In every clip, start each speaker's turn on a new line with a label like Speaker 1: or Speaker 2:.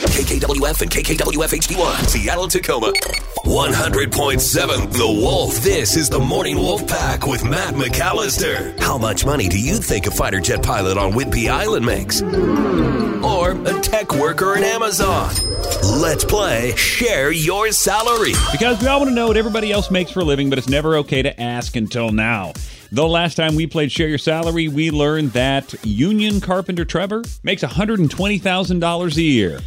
Speaker 1: KKWF and KKWF HD1, Seattle, Tacoma. 100.7 The Wolf. This is the Morning Wolf Pack with Matt McAllister. How much money do you think a fighter jet pilot on Whidbey Island makes? Or a tech worker in Amazon? Let's play Share Your Salary.
Speaker 2: Because we all want to know what everybody else makes for a living, but it's never okay to ask until now. The last time we played Share Your Salary, we learned that union carpenter Trevor makes $120,000 a year.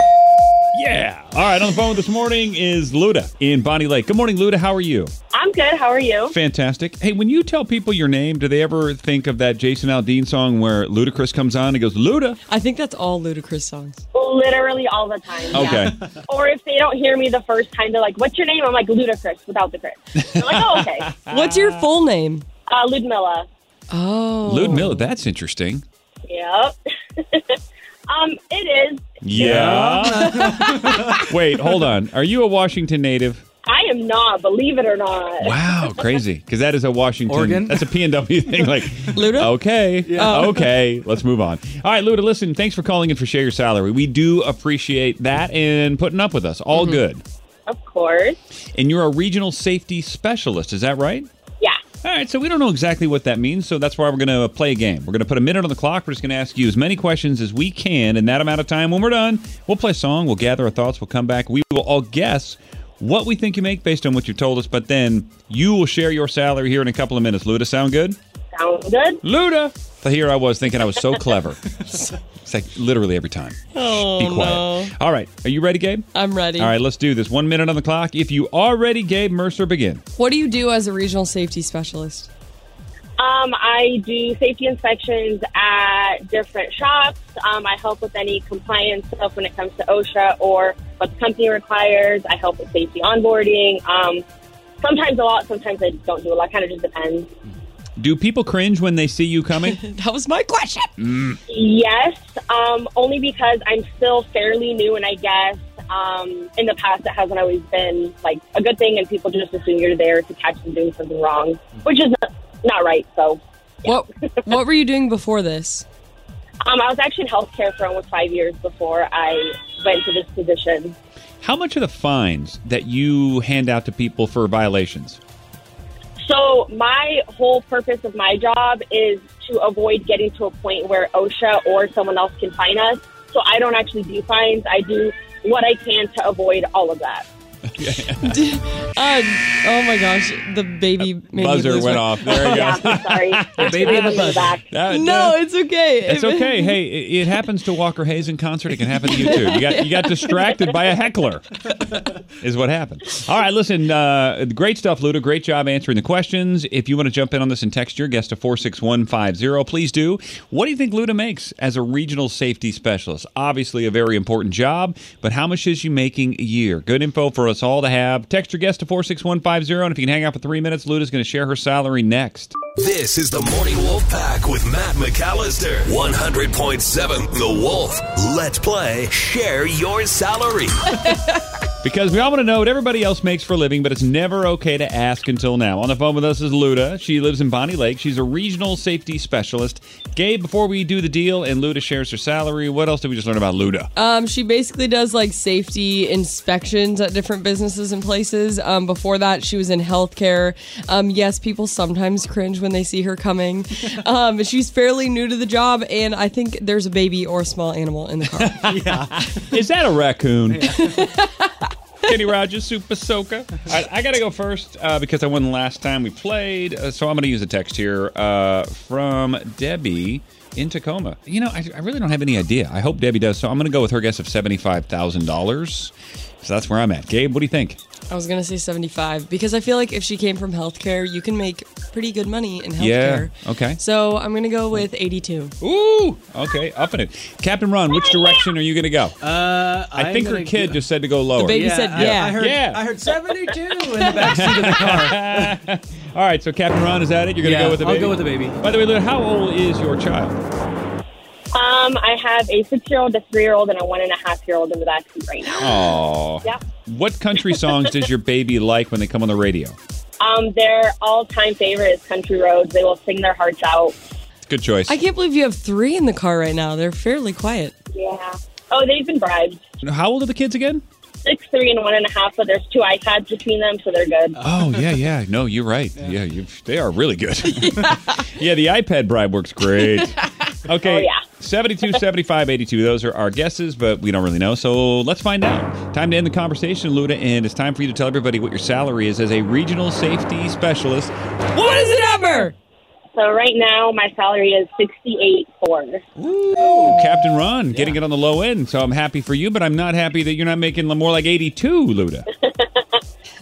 Speaker 2: Yeah. All right, on the phone this morning is Luda in Bonnie Lake. Good morning, Luda. How are you?
Speaker 3: I'm good. How are you?
Speaker 2: Fantastic. Hey, when you tell people your name, do they ever think of that Jason Aldean song where Ludacris comes on and goes, Luda?
Speaker 4: I think that's all ludicrous songs.
Speaker 3: Literally all the time.
Speaker 2: Okay.
Speaker 3: Or if they don't hear me the first time, they're like, "What's your name?" I'm like, "Ludacris," without the Chris. They're like, "Oh, okay."
Speaker 4: What's your full name?
Speaker 3: Uh, Ludmilla.
Speaker 4: Ah. Oh,
Speaker 2: Ludmilla, that's interesting.
Speaker 3: Yep. um, it is.
Speaker 2: Yeah. Wait, hold on. Are you a Washington native?
Speaker 3: I am not. Believe it or not.
Speaker 2: Wow, crazy. Because that is a Washington.
Speaker 5: Oregon?
Speaker 2: That's a PNW thing. Like,
Speaker 4: Luda?
Speaker 2: Okay. Okay. Let's move on. All right, Luda, listen, thanks for calling in for Share Your Salary. We do appreciate that and putting up with us. All good.
Speaker 3: Of course.
Speaker 2: And you're a regional safety specialist. Is that right?
Speaker 3: Yeah.
Speaker 2: All right, so we don't know exactly what that means, so that's why we're going to play a game. We're going to put a minute on the clock. We're just going to ask you as many questions as we can in that amount of time. When we're done, we'll play a song, we'll gather our thoughts, we'll come back. We will all guess what we think you make based on what you told us, but then you will share your salary here in a couple of minutes. Luda, sound good?
Speaker 3: Sound good.
Speaker 2: Luda! So here I was thinking I was so clever. it's like literally every time.
Speaker 4: Oh,
Speaker 2: Be quiet. All right, are you ready, Gabe?
Speaker 4: I'm ready.
Speaker 2: All right, let's do this. One minute on the clock. If you are ready, Gabe Mercer, begin.
Speaker 4: What do you do as a regional safety specialist?
Speaker 3: Um, I do safety inspections at different shops. Um, I help with any compliance stuff when it comes to OSHA or what the company requires. I help with safety onboarding. Um, sometimes a lot, sometimes I don't do a lot. Kind of just depends.
Speaker 2: Do people cringe when they see you coming?
Speaker 4: That was my question.
Speaker 3: Yes, um, only because I'm still fairly new, and I guess um, in the past it hasn't always been like a good thing, and people just assume you're there to catch them doing something wrong, which is not, not right. So,
Speaker 4: What What were you doing before this?
Speaker 3: um, I was actually in healthcare for almost five years before I went to this position.
Speaker 2: How much are the fines that you hand out to people for violations?
Speaker 3: So, my whole purpose of my job is to avoid getting to a point where OSHA or someone else can fine us. So, I don't actually do fines. I do what I can to avoid all of that.
Speaker 4: Uh, oh my gosh, the baby made me
Speaker 2: Buzzer
Speaker 4: lose
Speaker 2: went
Speaker 4: my-
Speaker 2: off. There you
Speaker 3: Yeah,
Speaker 2: go.
Speaker 3: I'm sorry.
Speaker 5: baby in the
Speaker 3: Um,
Speaker 5: buzzer.
Speaker 3: back.
Speaker 2: That-
Speaker 4: No,
Speaker 2: that-
Speaker 4: it's okay.
Speaker 2: it's okay. Hey, it, it happens to Walker Hayes in concert. It can happen to you too. You got you got distracted by a heckler, is what happened. All right, listen. Uh, great stuff, Luda. Great job answering the questions. If you want to jump in on this and text your guest to four six one five zero, please do. What do you think Luda makes as a regional safety specialist? Obviously, a very important job. But how much is she making a year? Good info for us all to have. Text your guest to four six one five zero, and if you can hang out for three minutes, Luda's going to share her salary next.
Speaker 1: This is the Morning Wolf Pack with Matt McAllister. 100.7 The Wolf. Let's play Share Your Salary.
Speaker 2: Because we all want to know what everybody else makes for a living, but it's never okay to ask until now. On the phone with us is Luda. She lives in Bonnie Lake. She's a regional safety specialist. Gabe, before we do the deal and Luda shares her salary, what else did we just learn about Luda?
Speaker 4: Um, she basically does like safety inspections at different businesses and places. Um, before that, she was in healthcare. Um, yes, people sometimes cringe when they see her coming. Um, but she's fairly new to the job, and I think there's a baby or a small animal in the car.
Speaker 2: Is that a raccoon? Kenny Rogers, Super Soaker. All right, I got to go first uh, because I won the last time we played. Uh, so I'm going to use a text here uh, from Debbie in Tacoma. You know, I, I really don't have any idea. I hope Debbie does. So I'm going to go with her guess of $75,000. So that's where I'm at. Gabe, what do you think?
Speaker 4: I was gonna say 75 because I feel like if she came from healthcare, you can make pretty good money in
Speaker 2: Yeah,
Speaker 4: healthcare.
Speaker 2: okay.
Speaker 4: So I'm gonna go with 82.
Speaker 2: Ooh, okay, up in it. Captain Ron, which direction are you going to go?
Speaker 5: Uh,
Speaker 2: I think her kid just said to go lower.
Speaker 4: baby- He said,
Speaker 5: I-
Speaker 4: yeah.
Speaker 5: I, heard,
Speaker 2: Yeah.
Speaker 5: I heard 72 in the backseat of the car.
Speaker 2: All right, so Captain Ron, is that it? You're going to
Speaker 5: Yeah,
Speaker 2: go with the
Speaker 5: I'll
Speaker 2: baby?
Speaker 5: go with the baby.
Speaker 2: By the way, Lou, how old is your child?
Speaker 3: Um, I have a six-year-old, a three-year-old, and a one and a half-year-old in the backseat right now.
Speaker 2: Oh.
Speaker 3: Yep.
Speaker 2: What country songs does your baby like when they come on the radio?
Speaker 3: Um, their all-time favorite is Country Roads. They will sing their hearts out.
Speaker 2: Good choice.
Speaker 4: I can't believe you have three in the car right now. They're fairly quiet.
Speaker 3: Yeah. Oh, they've been bribed.
Speaker 2: How old are the kids again?
Speaker 3: Six, three, and one and a half, but there's two iPads between them, so they're good.
Speaker 2: Oh yeah, yeah. No, you're right. Yeah, you, they are really good. yeah. the iPad bribe works great. Okay,
Speaker 3: Oh, yeah.
Speaker 2: 72, 75, 82. Those are our guesses, but we don't really know. So let's find out. Time to end the conversation, Luda, and it's time for you to tell everybody what your salary is as a regional safety specialist.
Speaker 4: What is the number?
Speaker 3: So right now, my salary is sixty-eight four.
Speaker 2: Ooh, Captain Ron, getting it on the low end. So I'm happy for you, but I'm not happy that you're not making more like 82, Luda.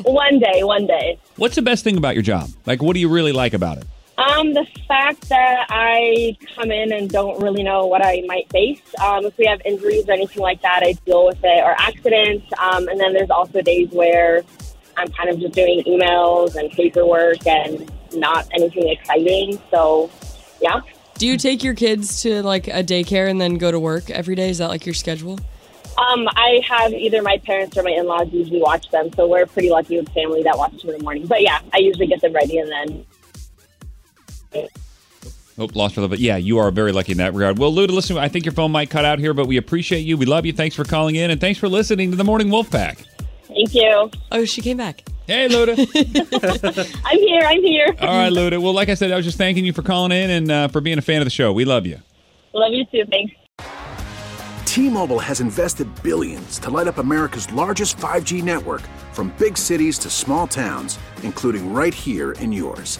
Speaker 3: One day, one day.
Speaker 2: What's the best thing about your job? Like, what do you really like about it?
Speaker 3: Um, the fact that I come in and don't really know what I might face. Um, if we have injuries or anything like that, I deal with it, or accidents. Um, and then there's also days where I'm kind of just doing emails and paperwork and not anything exciting. So, yeah.
Speaker 4: Do you take your kids to like a daycare and then go to work every day? Is that like your schedule?
Speaker 3: Um, I have either my parents or my in-laws usually watch them, so we're pretty lucky with family that watches them in the morning. But yeah, I usually get them ready and then
Speaker 2: Oh, lost for a little bit. Yeah, you are very lucky in that regard. Well, Luda, listen, I think your phone might cut out here, but we appreciate you. We love you. Thanks for calling in, and thanks for listening to the Morning Wolf Pack.
Speaker 3: thank you.
Speaker 4: Oh, she came back.
Speaker 2: Hey, Luda.
Speaker 3: I'm here, I'm here.
Speaker 2: All right, Luda. Well, like I said, I was just thanking you for calling in and uh, for being a fan of the show. We love you.
Speaker 3: Love you too, thanks.
Speaker 6: T-Mobile has invested billions to light up America's largest 5G network from big cities to small towns, including right here in yours.